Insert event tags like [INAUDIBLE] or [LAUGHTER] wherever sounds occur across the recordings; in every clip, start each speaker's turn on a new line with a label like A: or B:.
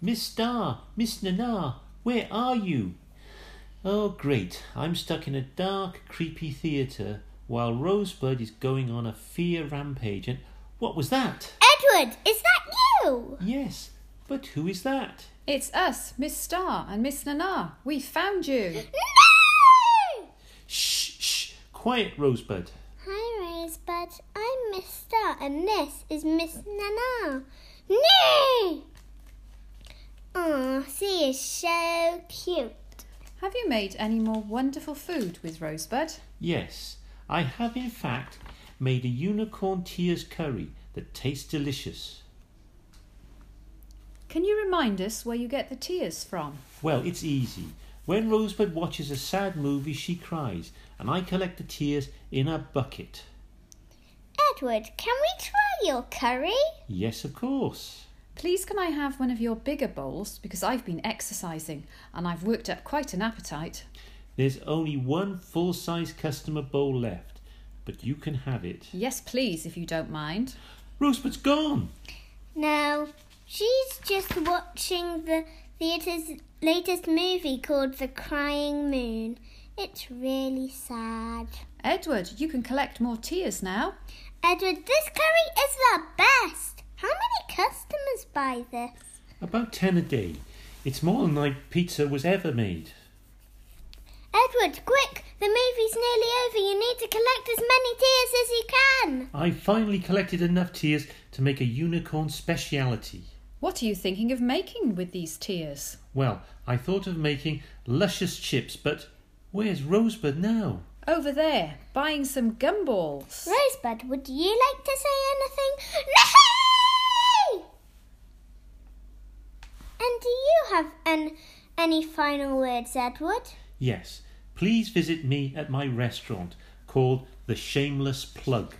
A: Miss Star, Miss Nana, where are you? Oh, great. I'm stuck in a dark, creepy theatre while Rosebud is going on a fear rampage. And what was that?
B: Edward, is that you?
A: Yes, but who is that?
C: It's us, Miss Star and Miss Nana. We found you.
B: No!
A: Shh, shh, quiet, Rosebud.
B: Hi, Rosebud. I'm Miss Star, and this is Miss Nana. No! Aw, she is so cute.
C: Have you made any more wonderful food with Rosebud?
A: Yes, I have in fact made a unicorn tears curry that tastes delicious.
C: Can you remind us where you get the tears from?
A: Well, it's easy. When Rosebud watches a sad movie, she cries, and I collect the tears in a bucket.
B: Edward, can we try your curry?
A: Yes, of course.
C: Please, can I have one of your bigger bowls? Because I've been exercising and I've worked up quite an appetite.
A: There's only one full size customer bowl left, but you can have it.
C: Yes, please, if you don't mind.
A: Rosebud's gone!
B: No, she's just watching the theatre's latest movie called The Crying Moon. It's really sad.
C: Edward, you can collect more tears now.
B: Edward, this curry is the best. How many customers buy this?
A: About ten a day. It's more than my pizza was ever made.
B: Edward, quick! The movie's nearly over. You need to collect as many tears as you can.
A: I finally collected enough tears to make a unicorn speciality.
C: What are you thinking of making with these tears?
A: Well, I thought of making luscious chips, but where's Rosebud now?
C: Over there, buying some gumballs.
B: Rosebud, would you like to say anything? No! And do you have an, any final words, Edward?
A: Yes, please visit me at my restaurant called The Shameless Plug.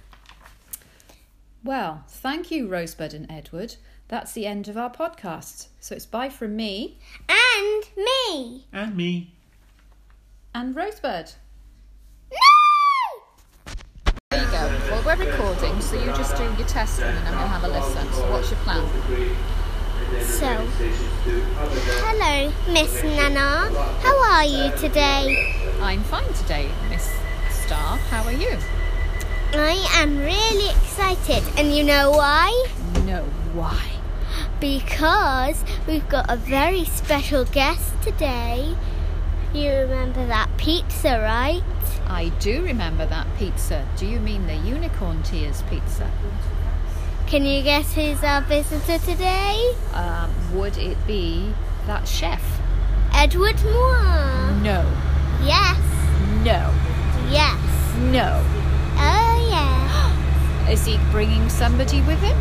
C: Well, thank you, Rosebud and Edward. That's the end of our podcast. So it's bye from me
B: And me.
A: And me.
C: and Rosebud.
B: No!
D: There you go. Well, we're recording, so you just do your test and then I'm going to have a listen. So, what's your plan?
B: So, hello, Miss Nana. How are you today?
D: I'm fine today, Miss Star. How are you?
B: I am really excited, and you know why?
D: No, why?
B: Because we've got a very special guest today. You remember that pizza, right?
D: I do remember that pizza. Do you mean the unicorn tears pizza?
B: Can you guess who's our visitor today?
D: Um, would it be that chef?
B: Edward Moore.
D: No,
B: Yes,
D: no,
B: yes.
D: no.
B: Oh, yeah. [GASPS]
D: Is he bringing somebody with him?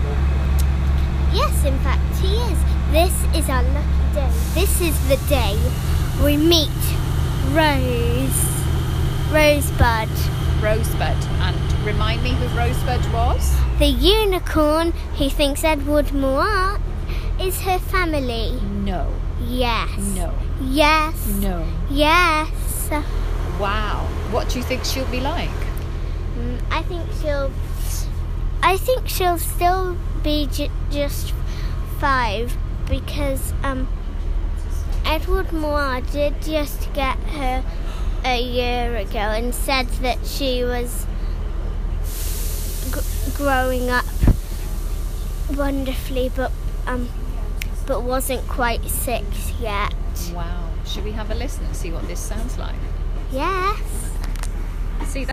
B: Yes, in fact, he is. This is our lucky day. This is the day we meet Rose. Rosebud,
D: Rosebud. And remind me who Rosebud was?
B: the unicorn who thinks Edward Moore is her family.
D: No,
B: Yes.
D: no,
B: Yes.
D: no.
B: Yes.
D: Wow. What do you think she'll be like?
B: Mm, I think she'll. I think she'll still be j- just five because um, Edward Moir did just get her a year ago and said that she was g- growing up wonderfully, but um, but wasn't quite six yet.
D: Wow. Should we have a listen and see what this sounds like?
B: Yes.